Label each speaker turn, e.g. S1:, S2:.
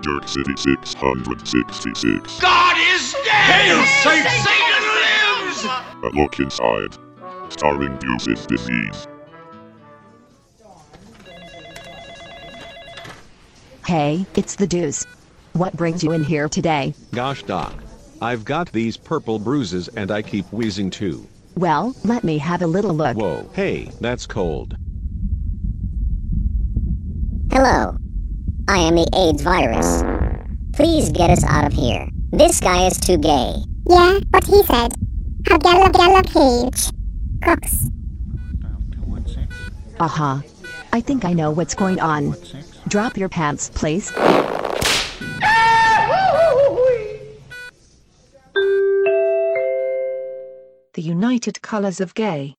S1: Desert City 666.
S2: God is dead! Hail Saint Satan lives!
S1: A Look Inside. Starring Buse's Disease.
S3: Hey, it's the deuce. What brings you in here today?
S4: Gosh, Doc. I've got these purple bruises and I keep wheezing too.
S3: Well, let me have a little look.
S4: Whoa, hey, that's cold.
S5: Hello. I am the AIDS virus. Please get us out of here. This guy is too gay.
S6: Yeah, but he said. How gala gala cage. Cooks.
S3: Aha. I think I know what's going on. Drop your pants, please.
S7: The United Colors of Gay.